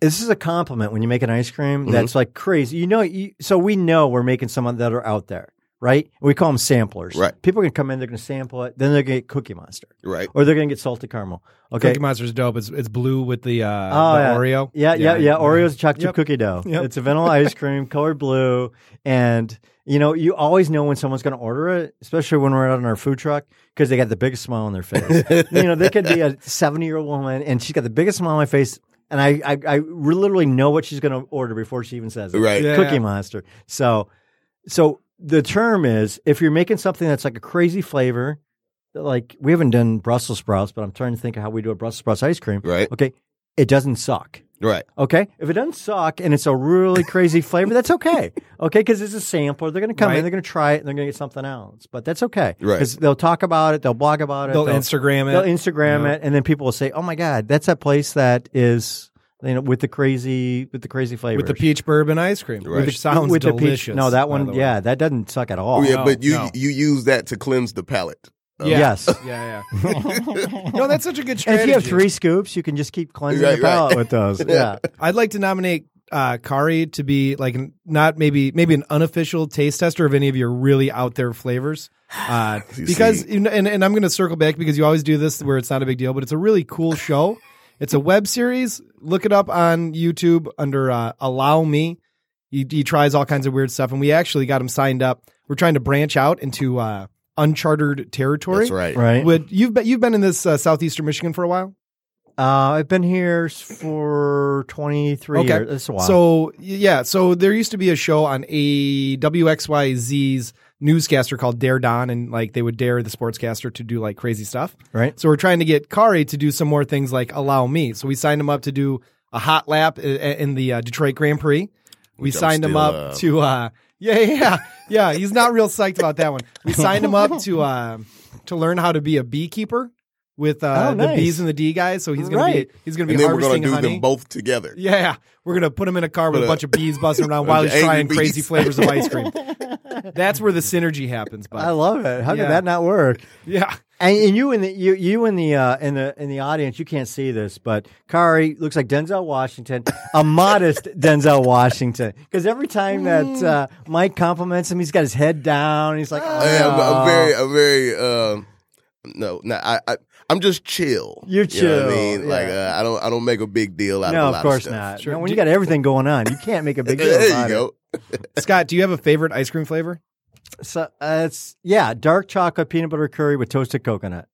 Speaker 4: this is a compliment when you make an ice cream that's like crazy. You know, you, so we know we're making some that are out there, right? We call them samplers.
Speaker 3: Right.
Speaker 4: People can come in, they're going to sample it, then they're going to get Cookie Monster,
Speaker 3: Right?
Speaker 4: or they're going to get salted caramel. Okay.
Speaker 2: Cookie Monster's dope. It's it's blue with the, uh,
Speaker 4: Oh,
Speaker 2: the
Speaker 4: yeah.
Speaker 2: Oreo.
Speaker 4: Yeah, yeah, yeah. Oreos, chocolate chip
Speaker 2: Yep.
Speaker 4: cookie dough.
Speaker 2: Yep.
Speaker 4: It's a vanilla ice cream, colored blue, and you know you always know when someone's going to order it, especially when we're out on our food truck because they got the biggest smile on their face. you know, they could be a seventy-year-old woman and she's got the biggest smile on my face, and I, I, I re- literally know what she's going to order before she even says it.
Speaker 3: Right.
Speaker 2: Yeah.
Speaker 4: Cookie Monster. So, so the term is if you're making something that's like a crazy flavor, like we haven't done Brussels sprouts, but I'm trying to think of how we do a Brussels sprouts ice cream.
Speaker 3: Right.
Speaker 4: Okay, it doesn't suck.
Speaker 3: Right.
Speaker 4: Okay. If it doesn't suck and it's a really crazy flavor, that's okay. Okay. Because it's a sampler. They're going to come
Speaker 2: Right.
Speaker 4: in, they're going to try it, and they're going to get something else. But that's okay.
Speaker 3: Right.
Speaker 4: 'Cause they'll talk about it, they'll blog about it,
Speaker 2: They'll Instagram it.
Speaker 4: they'll Instagram
Speaker 2: Yeah.
Speaker 4: it, and then people will say, oh my God, that's that place that is, you know, with the crazy, with the crazy flavor.
Speaker 2: with the peach bourbon ice cream,
Speaker 3: Right.
Speaker 2: which sounds
Speaker 4: with
Speaker 2: delicious.
Speaker 4: The peach. No,
Speaker 2: by
Speaker 4: that
Speaker 2: the
Speaker 4: one,
Speaker 2: way.
Speaker 4: yeah, that doesn't suck at all.
Speaker 3: yeah,
Speaker 2: no,
Speaker 3: but you
Speaker 2: no.
Speaker 3: you use that to cleanse the palate.
Speaker 2: yeah, [laughs]
Speaker 4: Yes.
Speaker 2: yeah,
Speaker 4: [laughs]
Speaker 2: yeah. no, that's such a good
Speaker 4: And
Speaker 2: strategy.
Speaker 4: if you have three scoops, you can just keep cleansing
Speaker 3: Right,
Speaker 4: the
Speaker 3: right.
Speaker 4: palate
Speaker 2: [laughs]
Speaker 4: with those. Yeah.
Speaker 2: I'd like to nominate uh, Kari to be like n- not maybe maybe an unofficial taste tester of any of your really out there
Speaker 3: [sighs]
Speaker 2: flavors. Uh,
Speaker 3: You
Speaker 2: because
Speaker 3: see.
Speaker 2: you know, and, and I'm going to circle back because you always do this where it's not a big deal, but it's a really cool show. It's a web series. Look it up on YouTube under uh, Allow Me. He, he tries all kinds of weird stuff, and we actually got him signed up. We're trying to branch out into uh, unchartered territory.
Speaker 3: That's right.
Speaker 4: Right.
Speaker 2: Would you've been, you've been in this uh, southeastern Michigan for a while?
Speaker 4: Uh, I've been here s- for 23
Speaker 2: Okay.
Speaker 4: years. That's a while.
Speaker 2: So y- yeah, so there used to be a show on a WXYZ's newscaster called Dare Don, and like they would dare the sportscaster to do like crazy stuff.
Speaker 4: right?
Speaker 2: So we're trying to get Kari to do some more things like allow me. So we signed him up to do a hot lap i- in the uh, Detroit Grand Prix. We
Speaker 3: Which I'm
Speaker 2: signed him
Speaker 3: still,
Speaker 2: up
Speaker 3: uh,
Speaker 2: to uh, yeah yeah yeah. He's not real psyched about that one. We signed him up to uh, to learn how to be a beekeeper with uh,
Speaker 4: Oh,
Speaker 2: the
Speaker 4: nice.
Speaker 2: bees and the D guys. So he's gonna
Speaker 4: Right.
Speaker 2: be he's gonna be
Speaker 3: And then we're
Speaker 2: harvesting
Speaker 3: going to do
Speaker 2: honey.
Speaker 3: them both together.
Speaker 2: Yeah, we're gonna put him in a car with a
Speaker 3: Put a-
Speaker 2: bunch of bees buzzing
Speaker 3: [laughs]
Speaker 2: around while
Speaker 3: bunch
Speaker 2: he's
Speaker 3: of angry
Speaker 2: trying
Speaker 3: bees.
Speaker 2: crazy flavors of ice
Speaker 4: [laughs]
Speaker 2: cream. That's where the synergy happens.
Speaker 4: I
Speaker 2: But
Speaker 4: love it. How
Speaker 2: Yeah.
Speaker 4: did that not work?
Speaker 2: yeah,
Speaker 4: And, and you in the you you in the uh, in the in the audience, you can't see this, but Kari looks like Denzel Washington,
Speaker 3: [laughs]
Speaker 4: a modest Denzel Washington, because every time
Speaker 3: Hmm.
Speaker 4: that uh, Mike compliments him, he's got his head down. and He's like, oh,
Speaker 3: I am I'm very, I'm very, um, no, no, I, I, I'm just chill.
Speaker 4: You're
Speaker 3: You know what I
Speaker 4: chill,
Speaker 3: mean, like
Speaker 4: yeah.
Speaker 3: uh, I don't, I don't make a big deal out
Speaker 4: no,
Speaker 3: of a
Speaker 4: of
Speaker 3: lot
Speaker 4: course
Speaker 3: of stuff. Eh,
Speaker 4: not. No, when you got everything going on, you can't make
Speaker 3: [laughs]
Speaker 4: a big deal.
Speaker 3: there
Speaker 4: about
Speaker 3: you
Speaker 4: it.
Speaker 3: go.
Speaker 2: Scott, do you have a favorite ice cream flavor?
Speaker 4: So uh, it's yeah, dark chocolate peanut butter curry with toasted coconut.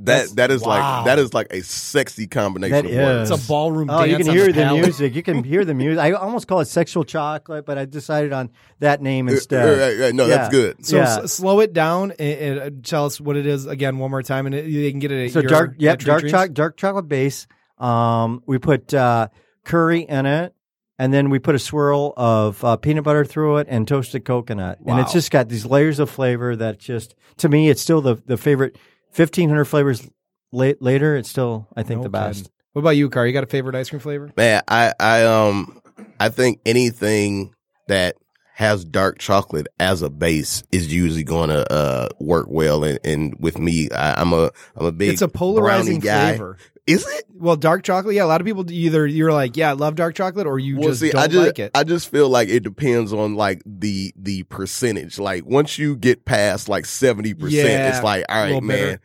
Speaker 3: That, that is
Speaker 2: wow.
Speaker 3: like, that is like a sexy combination.
Speaker 4: That
Speaker 3: of words.
Speaker 2: It's a ballroom
Speaker 4: Oh,
Speaker 2: dance.
Speaker 4: you can
Speaker 2: on
Speaker 4: hear
Speaker 2: the,
Speaker 4: the,
Speaker 2: palate.
Speaker 4: music. You
Speaker 3: [laughs]
Speaker 4: can hear the music. I almost call it sexual chocolate, but I decided on that name
Speaker 3: Uh,
Speaker 4: instead.
Speaker 3: Right, right, right. eh, No, that's
Speaker 4: Yeah.
Speaker 3: good.
Speaker 2: So
Speaker 4: yeah.
Speaker 2: s- slow it down and, and tell us what it is again one more time, and it, you can get it. At
Speaker 4: So
Speaker 2: your,
Speaker 4: dark, yeah,
Speaker 2: at Tree
Speaker 4: dark
Speaker 2: Dreams.
Speaker 4: chocolate, dark chocolate base. Um, we put uh, curry in it, and then we put a swirl of uh, peanut butter through it and toasted coconut, and it's
Speaker 2: Wow.
Speaker 4: just got these layers of flavor that just to me, it's still the the favorite. Fifteen hundred flavors la- later, it's still I think
Speaker 2: No
Speaker 4: the best.
Speaker 2: kidding. What about you, Car? You got a favorite ice cream flavor?
Speaker 3: Man, I, I, um, I think anything that has dark chocolate as a base is usually going to uh work well. And, and with me, I, I'm a, I'm a big.
Speaker 2: It's a polarizing
Speaker 3: brownie guy.
Speaker 2: flavor.
Speaker 3: Is it?
Speaker 2: Well, dark chocolate. Yeah, a lot of people do either you're like, yeah, I love dark chocolate, or you just don't
Speaker 3: I just,
Speaker 2: like it.
Speaker 3: I just feel like it depends on like the the percentage. Like once you get past like seventy
Speaker 2: Yeah,
Speaker 3: percent, it's like all
Speaker 2: little
Speaker 3: right, man,
Speaker 2: bitter.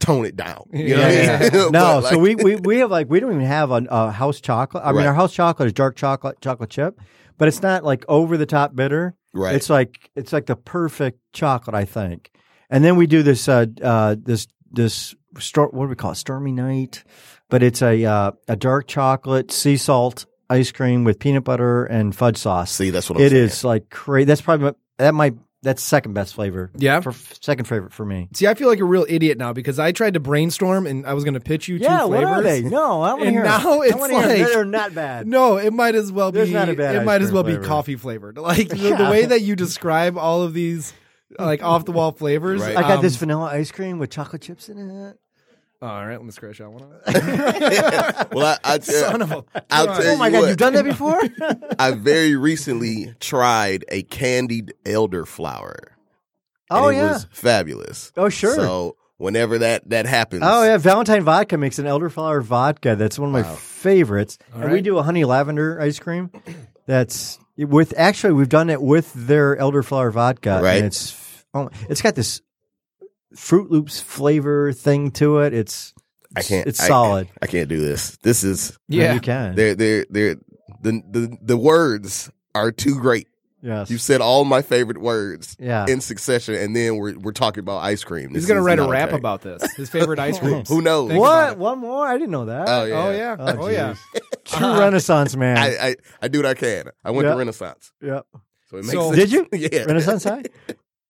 Speaker 3: tone it down. You know
Speaker 2: Yeah.
Speaker 3: what I mean? [laughs]
Speaker 4: no,
Speaker 3: But, like,
Speaker 4: so we, we we have like we don't even have a, a house chocolate. I mean,
Speaker 3: Right.
Speaker 4: our house chocolate is dark chocolate chocolate chip, but it's not like over the top bitter.
Speaker 3: right.
Speaker 4: It's like it's like the perfect chocolate, I think. And then we do this uh, uh, this this stor- what do we call it? Stormy night, but it's a uh, a dark chocolate sea salt ice cream with peanut butter and fudge sauce.
Speaker 3: See, that's what I'm
Speaker 4: It
Speaker 3: saying.
Speaker 4: is like crazy. That's probably my- that might that's second best flavor.
Speaker 2: Yeah?
Speaker 4: for second favorite for me.
Speaker 2: See, I feel like a real idiot now because I tried to brainstorm and I was going to pitch you
Speaker 4: Yeah,
Speaker 2: two
Speaker 4: what
Speaker 2: flavors.
Speaker 4: are they? No, I want to
Speaker 2: And
Speaker 4: hear. 'em.
Speaker 2: now
Speaker 4: I
Speaker 2: it's
Speaker 4: wanna hear 'em.
Speaker 2: like-
Speaker 4: they're not
Speaker 2: [laughs]
Speaker 4: bad.
Speaker 2: No, it might as well be.
Speaker 4: There's not a bad
Speaker 2: it
Speaker 4: ice
Speaker 2: might as
Speaker 4: cream
Speaker 2: well be [laughs]
Speaker 4: flavor.
Speaker 2: coffee flavored. Like the, the way that you describe all of these like off the wall flavors.
Speaker 3: Right.
Speaker 4: I got
Speaker 2: Um,
Speaker 4: this vanilla ice cream with chocolate chips in it.
Speaker 2: All right, let me scratch that one out.
Speaker 4: [laughs]
Speaker 3: well, I, I tell,
Speaker 2: [laughs] Son of a.
Speaker 3: I'll
Speaker 2: gun.
Speaker 3: tell
Speaker 4: Oh my
Speaker 3: you
Speaker 4: god,
Speaker 3: what.
Speaker 4: you've done
Speaker 3: [laughs]
Speaker 4: that before?
Speaker 3: I very recently tried a candied elderflower. and
Speaker 4: oh
Speaker 3: it
Speaker 4: yeah.
Speaker 3: was fabulous.
Speaker 4: Oh sure.
Speaker 3: So whenever that that happens,
Speaker 4: Oh yeah, Valentine Vodka makes an elderflower vodka. That's one of my favorites. and we
Speaker 2: right.
Speaker 4: do a honey lavender ice cream. That's with actually we've done it with their elderflower vodka.
Speaker 3: Right.
Speaker 4: And it's oh, it's got this Fruit Loops flavor thing to it. It's
Speaker 3: I can't.
Speaker 4: It's
Speaker 3: I-
Speaker 4: solid.
Speaker 3: I can't do this. This is
Speaker 4: No,
Speaker 2: Yeah.
Speaker 4: you can.
Speaker 3: they're they're they're the the the words are too great.
Speaker 4: Yes.
Speaker 3: You said all my favorite words
Speaker 4: yeah.
Speaker 3: in succession, and then we're we're talking about ice cream.
Speaker 2: He's
Speaker 3: This
Speaker 2: going to
Speaker 3: is
Speaker 2: write a
Speaker 3: not
Speaker 2: rap
Speaker 3: okay.
Speaker 2: about this. His favorite ice
Speaker 3: [laughs]
Speaker 2: creams.
Speaker 3: who knows.
Speaker 2: Think about
Speaker 4: What?
Speaker 2: it.
Speaker 4: One more? I didn't know that.
Speaker 3: Oh yeah.
Speaker 2: Oh, yeah. Oh,
Speaker 4: Oh,
Speaker 2: yeah.
Speaker 3: [laughs]
Speaker 4: True Renaissance man.
Speaker 3: I, I I do what I can. I went
Speaker 4: Yeah.
Speaker 3: to Renaissance, [laughs]
Speaker 4: yep.
Speaker 3: so it makes
Speaker 2: So-
Speaker 3: sense.
Speaker 4: Did you?
Speaker 3: [laughs] yeah.
Speaker 4: Renaissance High?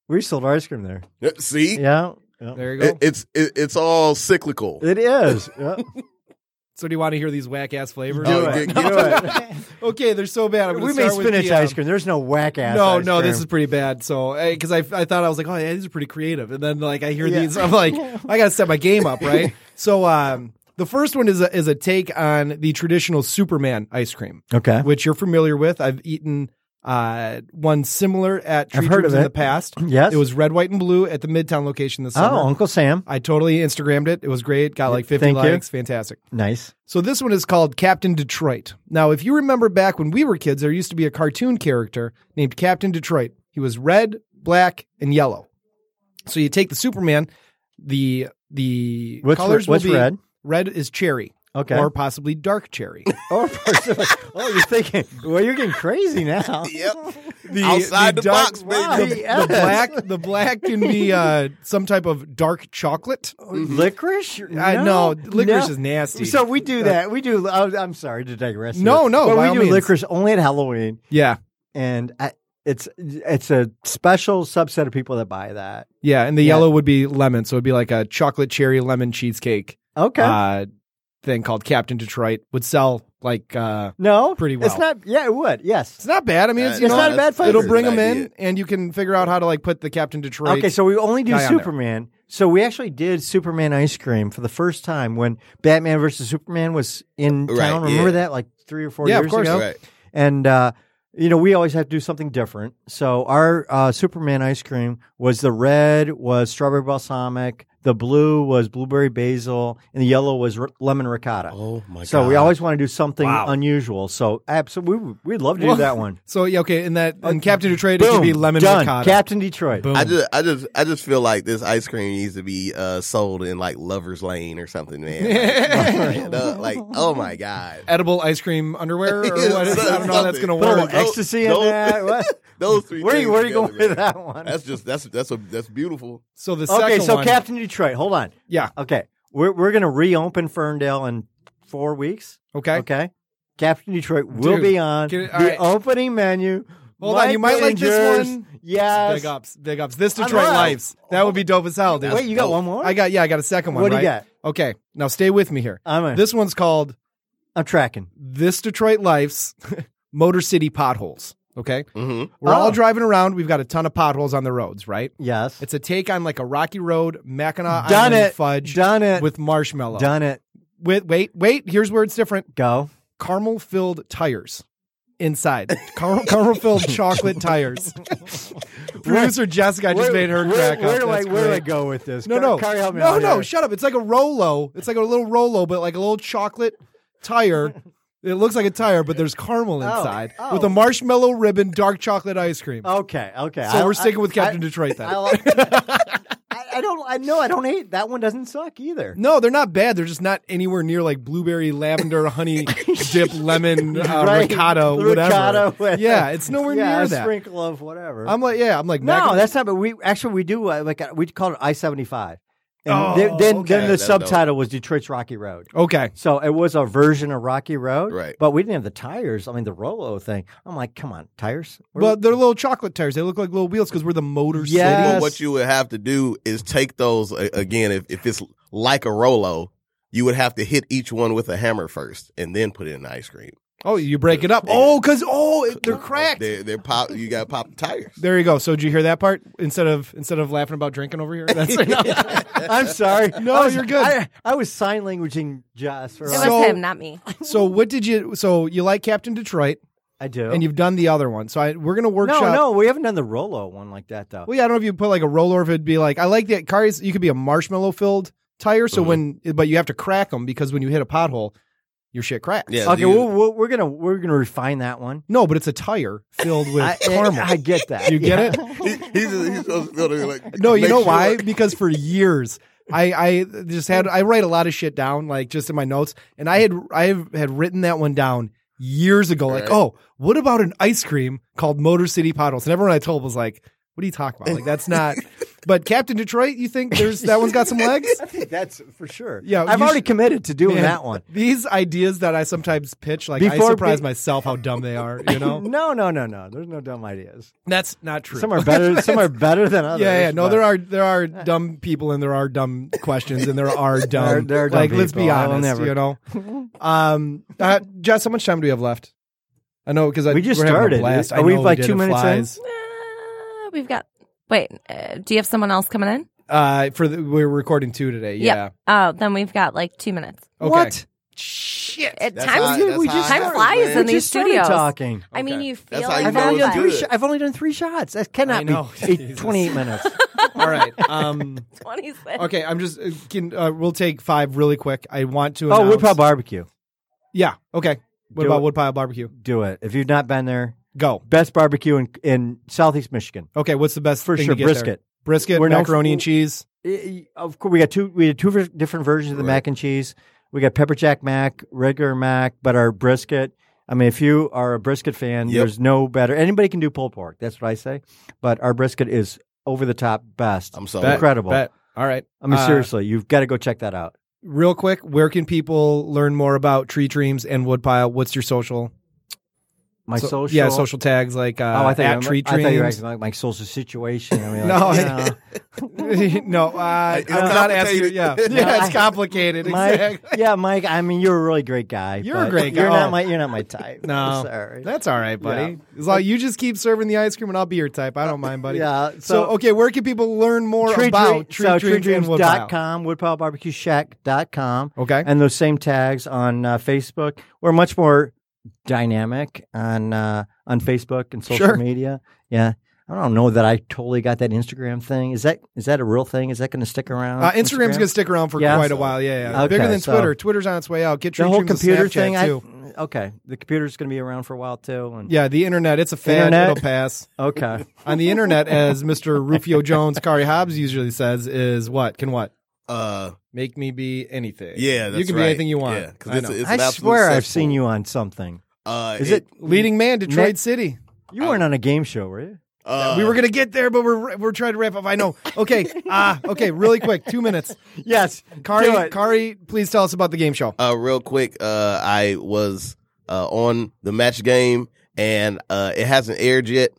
Speaker 4: We sold our ice cream
Speaker 3: [laughs]
Speaker 4: there.
Speaker 3: See,
Speaker 4: Yeah. yeah.
Speaker 2: There you go.
Speaker 3: It- it's it, it's all cyclical.
Speaker 4: It is. Yeah.
Speaker 2: so, do you want to hear these whack ass flavors?
Speaker 3: Do
Speaker 4: Do
Speaker 3: Oh,
Speaker 4: it.
Speaker 3: get-
Speaker 4: Do
Speaker 3: get-
Speaker 4: it.
Speaker 2: [laughs] Okay, they're so bad. I'm gonna
Speaker 4: we made
Speaker 2: start with
Speaker 4: spinach
Speaker 2: the, um,
Speaker 4: ice cream. There's no whack ass.
Speaker 2: No,
Speaker 4: ice
Speaker 2: no, this is
Speaker 4: cream.
Speaker 2: pretty bad. So, because I, I thought I was like, oh, yeah, these are pretty creative, and then like I hear
Speaker 4: Yeah.
Speaker 2: these, I'm
Speaker 4: [laughs]
Speaker 2: like, I gotta set my game up, right? so, um, the first one is a, is a take on the traditional Superman ice cream,
Speaker 4: okay.
Speaker 2: which you're familiar with. I've eaten uh, one similar at Tree
Speaker 4: I've heard
Speaker 2: Troops
Speaker 4: of
Speaker 2: in
Speaker 4: it.
Speaker 2: the past.
Speaker 4: Yes.
Speaker 2: It was red, white, and blue at the Midtown location this summer.
Speaker 4: Oh, Uncle Sam.
Speaker 2: I totally Instagrammed it. It was great. Got like 50
Speaker 4: Thank you.
Speaker 2: likes. Fantastic.
Speaker 4: Nice.
Speaker 2: So this one is called Captain Detroit. Now, if you remember back when we were kids, there used to be a cartoon character named Captain Detroit. He was red, black, and yellow. So you take the Superman, the the
Speaker 4: What's,
Speaker 2: colors
Speaker 4: what's
Speaker 2: will be
Speaker 4: red?
Speaker 2: Red is cherry,
Speaker 4: Okay.
Speaker 2: or possibly dark cherry.
Speaker 4: [laughs] oh, oh, you're thinking. Well, you're getting crazy now.
Speaker 3: Yep.
Speaker 2: [laughs] The,
Speaker 3: [laughs] Outside the
Speaker 2: dark-
Speaker 3: box, baby.
Speaker 4: Wow.
Speaker 2: the,
Speaker 4: Yes.
Speaker 2: the [laughs] black, the black can be uh, some type of dark chocolate.
Speaker 4: Licorice?
Speaker 2: Mm-hmm. I know licorice is nasty. Uh,
Speaker 4: So we do that. We do. oh, I'm sorry to digress. here.
Speaker 2: No, no,
Speaker 4: But
Speaker 2: by
Speaker 4: we
Speaker 2: all
Speaker 4: do
Speaker 2: means.
Speaker 4: licorice only at Halloween,
Speaker 2: yeah,
Speaker 4: and I, it's it's a special subset of people that buy that.
Speaker 2: yeah, and the
Speaker 4: Yeah.
Speaker 2: yellow would be lemon, so it'd be like a chocolate cherry lemon cheesecake.
Speaker 4: Okay.
Speaker 2: uh, thing called Captain Detroit would sell like uh,
Speaker 4: no,
Speaker 2: pretty
Speaker 4: It's
Speaker 2: well.
Speaker 4: not. Yeah, it would. Yes.
Speaker 2: it's not bad. I mean, it's,
Speaker 3: Uh,
Speaker 2: you
Speaker 4: it's
Speaker 2: know,
Speaker 4: not a bad flavor.
Speaker 2: It'll
Speaker 4: It's
Speaker 2: bring
Speaker 3: an
Speaker 2: them
Speaker 3: idea.
Speaker 2: in, and you can figure out how to like put the Captain Detroit.
Speaker 4: Okay, so we only do
Speaker 2: guy on there.
Speaker 4: Superman. So we actually did Superman ice cream for the first time when Batman versus Superman was in
Speaker 3: Right,
Speaker 4: town. Remember
Speaker 3: yeah.
Speaker 4: that, like three or four
Speaker 2: Yeah, of
Speaker 4: years
Speaker 2: course.
Speaker 4: ago.
Speaker 3: Right.
Speaker 4: And uh, you know, we always have to do something different. So our uh, Superman ice cream was the red was strawberry balsamic, the blue was blueberry basil, and the yellow was r- lemon ricotta.
Speaker 3: Oh my
Speaker 4: so
Speaker 3: god.
Speaker 4: we always want to do something
Speaker 2: Wow.
Speaker 4: unusual. So absolutely, we'd love to
Speaker 2: Well,
Speaker 4: do that one.
Speaker 2: so yeah, okay, and that and Captain Detroit it could be
Speaker 4: Boom.
Speaker 2: lemon
Speaker 4: Done.
Speaker 2: ricotta.
Speaker 4: Captain Detroit.
Speaker 2: Boom.
Speaker 3: I just, I just, I just feel like this ice cream needs to be uh, sold in like Lovers Lane or something, man. Like,
Speaker 4: [laughs]
Speaker 3: like, uh, like, oh my god,
Speaker 2: Edible ice cream
Speaker 4: [laughs]
Speaker 2: underwear, or what is, I don't know how that's gonna
Speaker 3: Something.
Speaker 4: Put a
Speaker 2: work.
Speaker 4: little ecstasy in
Speaker 3: Don't-
Speaker 4: that. What?
Speaker 2: [laughs]
Speaker 3: those three.
Speaker 4: Where are
Speaker 3: things
Speaker 4: you, where are you going
Speaker 3: together,
Speaker 4: with
Speaker 3: man.
Speaker 4: that one?
Speaker 3: That's just that's that's a that's beautiful.
Speaker 2: So the
Speaker 4: okay,
Speaker 2: second
Speaker 4: so
Speaker 2: one,
Speaker 4: Captain Detroit. Hold on.
Speaker 2: yeah,
Speaker 4: Okay, we're we're gonna reopen Ferndale in four weeks.
Speaker 2: okay.
Speaker 4: Okay, Captain Detroit will
Speaker 2: Dude,
Speaker 4: be on
Speaker 2: get it- all
Speaker 4: the
Speaker 2: right.
Speaker 4: opening menu.
Speaker 2: Hold on, you might like this one.
Speaker 4: Yes.
Speaker 2: Big ups, big ups. This
Speaker 4: I'm
Speaker 2: Detroit
Speaker 4: right.
Speaker 2: lives. That would be dope as hell, dude.
Speaker 4: Wait, you got
Speaker 3: Oh,
Speaker 4: one more?
Speaker 2: I got yeah, I got a second one.
Speaker 4: What do you Uh,
Speaker 2: right? Okay, now stay with me here.
Speaker 4: I'm in.
Speaker 2: This one's called
Speaker 4: I'm tracking.
Speaker 2: this Detroit Life's [laughs] Motor City potholes. Okay.
Speaker 3: hmm
Speaker 2: We're all
Speaker 4: Oh.
Speaker 2: driving around. We've got a ton of potholes on the roads, right?
Speaker 4: Yes.
Speaker 2: It's a take on like a Rocky Road, Mackinac
Speaker 4: done
Speaker 2: Island
Speaker 4: it.
Speaker 2: fudge
Speaker 4: Done it.
Speaker 2: with marshmallow.
Speaker 4: done it.
Speaker 2: With, wait, wait. Here's where it's different
Speaker 4: Go.
Speaker 2: caramel filled tires
Speaker 4: [laughs]
Speaker 2: inside, caramel filled chocolate tires. Producer Jessica I just made her
Speaker 4: where,
Speaker 2: crack
Speaker 4: Where
Speaker 2: up.
Speaker 4: do I
Speaker 2: That's
Speaker 4: where do I
Speaker 2: great.
Speaker 4: go with this?
Speaker 2: No,
Speaker 4: Car-
Speaker 2: no,
Speaker 4: Carry help me
Speaker 2: no,
Speaker 4: out
Speaker 2: no.
Speaker 4: here.
Speaker 2: Shut up! It's like a Rolo. It's like a little Rolo, but like a little chocolate
Speaker 4: [laughs]
Speaker 2: tire. It looks like a tire, but there's caramel inside
Speaker 4: oh.
Speaker 2: with a marshmallow ribbon, dark chocolate ice cream.
Speaker 4: Okay, okay.
Speaker 2: so we're sticking with Captain
Speaker 4: I,
Speaker 2: Detroit then.
Speaker 4: I, like-
Speaker 2: [laughs]
Speaker 4: I, I don't. I know. I don't hate that one. Doesn't suck either.
Speaker 2: no, they're not bad. They're just not anywhere near like blueberry,
Speaker 4: [laughs]
Speaker 2: lavender, honey dip, lemon, uh,
Speaker 4: [laughs] Right.
Speaker 2: ricotta,
Speaker 4: The
Speaker 2: whatever.
Speaker 4: ricotta with-
Speaker 2: Yeah, it's nowhere
Speaker 4: yeah,
Speaker 2: near
Speaker 4: a
Speaker 2: that.
Speaker 4: sprinkle of whatever.
Speaker 2: I'm like, yeah, I'm like,
Speaker 4: no,
Speaker 2: mac-
Speaker 4: that's not. But we actually we do uh, like uh, we call it I seventy five, and
Speaker 2: Oh,
Speaker 4: then then,
Speaker 2: okay.
Speaker 4: then the
Speaker 3: That's dope.
Speaker 4: subtitle was Detroit's Rocky Road.
Speaker 2: okay.
Speaker 4: So it was a version of Rocky Road,
Speaker 3: Right.
Speaker 4: But we didn't have the tires. I mean, the Rolo thing. I'm like, come on, tires. We're-
Speaker 2: Well, they're little chocolate tires. They look like little wheels because we're the Motor
Speaker 4: Yes.
Speaker 2: City.
Speaker 3: Well, what you would have to do is take those a- again. If if it's like a Rolo, you would have to hit each one with a hammer first, and then put it in the ice cream.
Speaker 2: Oh, you break it up. Oh, because oh, it- they're cracked.
Speaker 3: They're, they're pop. You got to pop the tires.
Speaker 2: There you go. So did you hear that part? Instead of instead of laughing about drinking over here,
Speaker 4: [laughs]
Speaker 2: that's
Speaker 4: [laughs] I'm sorry.
Speaker 2: [laughs] No,
Speaker 4: I was-
Speaker 2: you're good.
Speaker 4: I, I was sign languaging Joss. For
Speaker 2: So-
Speaker 5: It was him, not me.
Speaker 2: so. What did you? So you like Captain Detroit,
Speaker 4: I do.
Speaker 2: and you've done the other one. So I, we're gonna
Speaker 4: no,
Speaker 2: workshop.
Speaker 4: no, we haven't done the Rolo one like that though.
Speaker 2: Well, yeah, I don't know if you put like a roller, if it'd be like I like that. Cars, you could be a marshmallow filled tire.
Speaker 4: Mm-hmm.
Speaker 2: So when, but you have to crack them because when you hit a pothole, your shit cracks.
Speaker 3: Yeah.
Speaker 4: okay,
Speaker 3: you-
Speaker 4: well, we're, we're gonna we're gonna refine that one.
Speaker 2: No, but it's a tire filled
Speaker 4: [laughs]
Speaker 2: with
Speaker 4: I,
Speaker 2: caramel.
Speaker 4: I get that.
Speaker 2: you
Speaker 4: Yeah.
Speaker 2: get it?
Speaker 3: He- he's, he's supposed to go to like.
Speaker 2: No, you
Speaker 3: make
Speaker 2: know
Speaker 3: sure-
Speaker 2: why? Because for years, I, I just had I write a lot of shit down, like just in my notes, and I had I had written that one down years ago. Like,
Speaker 3: Right.
Speaker 2: oh, what about an ice cream called Motor City Potholes? And everyone I told was like, "What are you talking about? Like, that's
Speaker 3: [laughs]
Speaker 2: not." But Captain Detroit, you think there's that one's got some legs?
Speaker 4: I think that's for sure.
Speaker 2: Yeah,
Speaker 4: I've
Speaker 2: you
Speaker 4: already
Speaker 2: sh-
Speaker 4: committed to doing
Speaker 2: Man, [laughs]
Speaker 4: that one.
Speaker 2: These ideas that I sometimes pitch, like I
Speaker 4: Before
Speaker 2: surprise
Speaker 4: be-
Speaker 2: myself how dumb they are. You
Speaker 3: [laughs]
Speaker 2: know,
Speaker 4: No, no, no, no. There's no dumb ideas.
Speaker 2: that's not true.
Speaker 4: Some are better. some are better than
Speaker 2: [laughs]
Speaker 4: others.
Speaker 2: yeah, yeah. No,
Speaker 4: but-
Speaker 2: there are there
Speaker 4: [laughs]
Speaker 2: are dumb people and there are dumb questions and there are dumb.
Speaker 4: There- there are dumb
Speaker 2: like, let's be
Speaker 4: people. I will
Speaker 2: honest.
Speaker 4: never-
Speaker 2: You
Speaker 4: [laughs]
Speaker 2: know, um, uh, Jess, how much time do we have left? I know because
Speaker 4: We just
Speaker 2: we're having
Speaker 4: started.
Speaker 2: A blast. I
Speaker 4: Are we,
Speaker 2: know
Speaker 4: like,
Speaker 2: did.
Speaker 4: two
Speaker 2: It
Speaker 4: minutes in?
Speaker 2: flies.
Speaker 5: Uh, we've got. Wait, uh, do you have someone else coming in?
Speaker 2: Uh, for the, we're recording two today. Yeah.
Speaker 5: Yep. Oh, then we've got like two minutes.
Speaker 2: Okay.
Speaker 4: What?
Speaker 5: Shit.
Speaker 3: That's
Speaker 5: time
Speaker 3: how-
Speaker 4: Dude,
Speaker 3: that's
Speaker 4: we
Speaker 3: how
Speaker 4: just-
Speaker 3: I
Speaker 5: time
Speaker 3: started,
Speaker 5: flies
Speaker 3: man.
Speaker 5: in
Speaker 4: We
Speaker 5: these
Speaker 4: just started
Speaker 5: studios.
Speaker 4: talking.
Speaker 5: I mean,
Speaker 3: Okay.
Speaker 5: you feel
Speaker 3: That's how you
Speaker 5: like
Speaker 3: know
Speaker 4: I've
Speaker 3: it's
Speaker 4: only, done
Speaker 5: that.
Speaker 4: three
Speaker 3: good.
Speaker 4: sho- I've only done three shots. That
Speaker 2: I
Speaker 4: cannot [laughs]
Speaker 2: know. [laughs]
Speaker 4: be eight,
Speaker 2: Jesus. [laughs]
Speaker 4: 28 minutes.
Speaker 2: [laughs] All right. Um.
Speaker 5: 26.
Speaker 2: Okay. I'm just. uh, Can, uh, we'll take five really quick. I want to.
Speaker 4: oh,
Speaker 2: announce-
Speaker 4: Woodpile Barbecue.
Speaker 2: Yeah. Okay. What
Speaker 4: Do
Speaker 2: about
Speaker 4: it.
Speaker 2: Woodpile Barbecue?
Speaker 4: Do it. If you've not been there,
Speaker 2: Go.
Speaker 4: best barbecue in, in Southeast Michigan.
Speaker 2: Okay. What's the best
Speaker 4: For
Speaker 2: thing
Speaker 4: sure,
Speaker 2: to get there?
Speaker 4: brisket.
Speaker 2: Brisket,
Speaker 4: We're not-
Speaker 2: macaroni and cheese.
Speaker 4: I- I- Of course, we got two. We had two ver- different versions of the mac and cheese. We got pepper jack mac, regular mac, but our brisket. I mean, if you are a brisket fan,
Speaker 3: Yep.
Speaker 4: there's no better. Anybody can do pulled pork. That's what I say. But our brisket is over the top best.
Speaker 3: I'm sorry.
Speaker 2: Bet,
Speaker 4: Incredible.
Speaker 2: bet. All right.
Speaker 4: I mean,
Speaker 2: Um, Uh,
Speaker 4: seriously, you've got to go check that out.
Speaker 2: real quick, where can people learn more about Tree Dreams and Woodpile? What's your social?
Speaker 4: My
Speaker 2: so-
Speaker 4: social,
Speaker 2: yeah, social tags like uh,
Speaker 4: Oh, I think
Speaker 2: at
Speaker 4: I'm-
Speaker 2: Tree
Speaker 4: I thought you were
Speaker 2: Dreams. [laughs]
Speaker 4: asking like my social situation. I mean,
Speaker 2: No, [laughs]
Speaker 4: like,
Speaker 2: I- no, [laughs] uh, I'm
Speaker 3: It's
Speaker 2: not asking. you- [laughs] Yeah,
Speaker 3: complicated.
Speaker 2: yeah,
Speaker 4: No,
Speaker 2: it's
Speaker 4: I-
Speaker 2: complicated.
Speaker 4: Mike, [laughs]
Speaker 2: Exactly.
Speaker 4: yeah, Mike. I mean, you're a really great guy.
Speaker 2: You're a
Speaker 4: but
Speaker 2: great guy.
Speaker 4: You're
Speaker 2: Oh.
Speaker 4: not my. You're not my type.
Speaker 2: [laughs] No,
Speaker 4: sorry.
Speaker 2: that's all right, buddy. As long you just keep serving the ice cream, and I'll be your type. I don't mind, buddy.
Speaker 4: Yeah,
Speaker 2: So,
Speaker 4: so-
Speaker 2: okay, where can people learn more
Speaker 4: Tree
Speaker 2: about Tree
Speaker 4: Dream- so
Speaker 2: Dreams and Woodpile?
Speaker 4: treedreams.com, woodpilebarbecueshack.com.
Speaker 2: Okay.
Speaker 4: And those same tags on uh, Facebook. We're much more dynamic on uh, on Facebook and social
Speaker 2: Sure.
Speaker 4: media. Yeah. I don't know that I totally got that Instagram thing. Is that is that a real thing? Is that going to stick around?
Speaker 2: Uh, Instagram's gonna stick around for
Speaker 4: Yeah.
Speaker 2: quite a while. Yeah, yeah.
Speaker 4: Okay,
Speaker 2: bigger than
Speaker 4: so-
Speaker 2: Twitter. Twitter's on its way out. Get Tree
Speaker 4: the whole
Speaker 2: Dreams a
Speaker 4: computer
Speaker 2: Snapchat,
Speaker 4: thing. I,
Speaker 2: too.
Speaker 4: okay, the computer's going to be around for a while too. And,
Speaker 2: Yeah, the internet. It's a fad.
Speaker 4: Internet.
Speaker 2: It'll pass.
Speaker 4: Okay.
Speaker 2: on the internet, as Mr. Rufio Jones, Kari Hobbs usually says, is what can what
Speaker 3: Uh,
Speaker 2: make me be anything.
Speaker 3: yeah, that's
Speaker 2: you can
Speaker 3: right.
Speaker 2: be anything you want.
Speaker 3: Yeah,
Speaker 2: I
Speaker 3: it's,
Speaker 2: know.
Speaker 3: [laughs] it's an
Speaker 4: I
Speaker 3: absolute
Speaker 4: swear I've seen
Speaker 3: cesspool.
Speaker 4: you on something.
Speaker 3: Uh,
Speaker 4: Is it?
Speaker 2: Leading man, Detroit City.
Speaker 4: You weren't on a game show, were you?
Speaker 3: uh,
Speaker 2: we were gonna get there, but we're we're trying to wrap up. I know.
Speaker 4: [laughs]
Speaker 2: Okay, ah, okay, really quick, two minutes.
Speaker 4: Yes, do
Speaker 2: Kari,
Speaker 4: it.
Speaker 2: Kari, please tell us about the game show.
Speaker 3: uh, real quick, uh, I was uh, on the match game, and uh, it hasn't aired yet.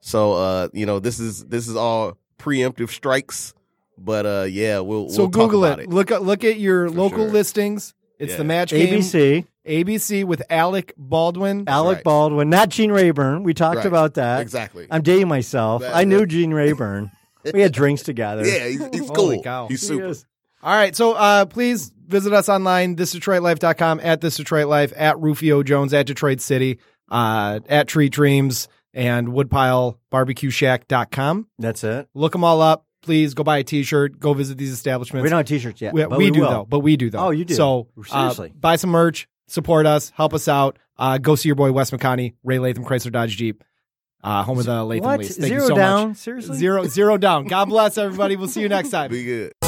Speaker 3: So uh, you know, this is this is all preemptive strikes. But uh, yeah, we'll
Speaker 2: So
Speaker 3: we'll talk
Speaker 2: Google
Speaker 3: about
Speaker 2: it. Look at look at your local
Speaker 3: sure.
Speaker 2: listings. It's
Speaker 3: Yeah.
Speaker 2: the match game.
Speaker 4: ABC,
Speaker 2: ABC with Alec Baldwin.
Speaker 4: Alec
Speaker 3: right.
Speaker 4: Baldwin, not Gene Rayburn. We talked
Speaker 3: Right.
Speaker 4: about that.
Speaker 3: exactly.
Speaker 4: I'm dating myself.
Speaker 3: That-
Speaker 4: I knew
Speaker 3: that-
Speaker 4: Gene Rayburn. we had drinks
Speaker 3: [laughs]
Speaker 4: together.
Speaker 3: yeah, he's, he's
Speaker 2: Holy
Speaker 3: cool.
Speaker 2: cow.
Speaker 3: He's
Speaker 4: He
Speaker 3: super.
Speaker 4: is.
Speaker 2: All right. So uh, please visit us online, thisdetroitlife.com, at this Detroit Life, at Rufio Jones, at Detroit City, uh, at Tree Dreams, and woodpilebarbecueshack.com.
Speaker 4: That's it.
Speaker 2: Look them all up. Please go buy a t shirt. Go visit these establishments.
Speaker 4: We don't have T-shirts yet.
Speaker 2: We,
Speaker 4: but
Speaker 2: we do,
Speaker 4: will.
Speaker 2: though. But we do, though.
Speaker 4: Oh, you do.
Speaker 2: So uh,
Speaker 4: Seriously.
Speaker 2: buy some merch, support us, help us out. Uh, go see your boy, Wes McConney, Ray Latham, Chrysler Dodge Jeep, uh, home of the Latham
Speaker 4: What?
Speaker 2: lease. Thank
Speaker 4: Zero
Speaker 2: you so
Speaker 4: down?
Speaker 2: much.
Speaker 4: Seriously?
Speaker 2: Zero, zero down. God bless everybody. We'll see you next time.
Speaker 3: [laughs] Be good.